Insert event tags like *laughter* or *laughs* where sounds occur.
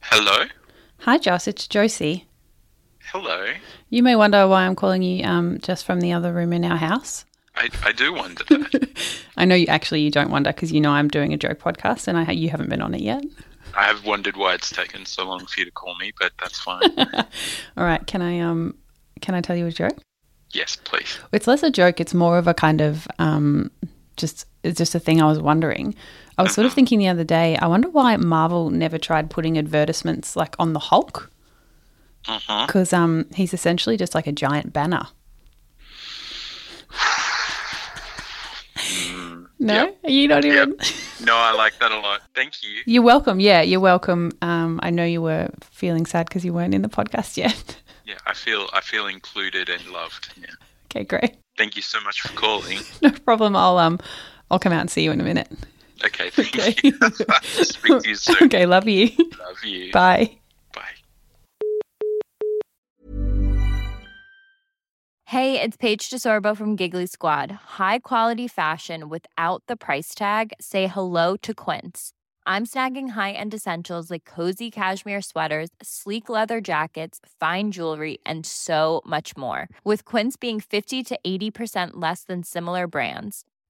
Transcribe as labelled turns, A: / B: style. A: Hello.
B: Hi, Joss. It's Josie.
A: Hello.
B: You may wonder why I'm calling you um, just from the other room in our house. *laughs*
A: I, I do wonder *laughs* that.
B: I know you actually you don't wonder because you know I'm doing a joke podcast and I you haven't been on it yet. *laughs*
A: I have wondered why it's taken so long for you to call me, but that's fine.
B: All right, can I um can I tell you a joke?
A: yes, please.
B: It's less a joke. It's more of a kind of um, just it's just a thing I was wondering. I was sort of thinking the other day. I wonder why Marvel never tried putting advertisements like on the Hulk *laughs*
A: Mhm.
B: because um, he's essentially just like a giant banner.
A: *laughs*
B: no,
A: Yep.
B: you not
A: Yep.
B: even.
A: No, I like that a lot. Thank you.
B: *laughs* You're welcome. Yeah, you're welcome. Um, I know you were feeling sad because you weren't in the podcast yet. *laughs*
A: Yeah, I feel I feel included and loved. Yeah.
B: okay, great. *laughs*
A: Thank you so much for calling.
B: No problem. I'll um, I'll come out and see you in a minute. *laughs*
A: Okay, thank
B: Okay.
A: you. *laughs* Speak to you soon.
B: okay, love you. *laughs*
A: Love you.
B: Bye.
A: Bye.
C: Hey, it's Paige DeSorbo from Giggly Squad. High quality fashion without the price tag. Say hello to Quince. I'm snagging high-end essentials like cozy cashmere sweaters, sleek leather jackets, fine jewelry, and so much more. With Quince being 50 to 80% less than similar brands.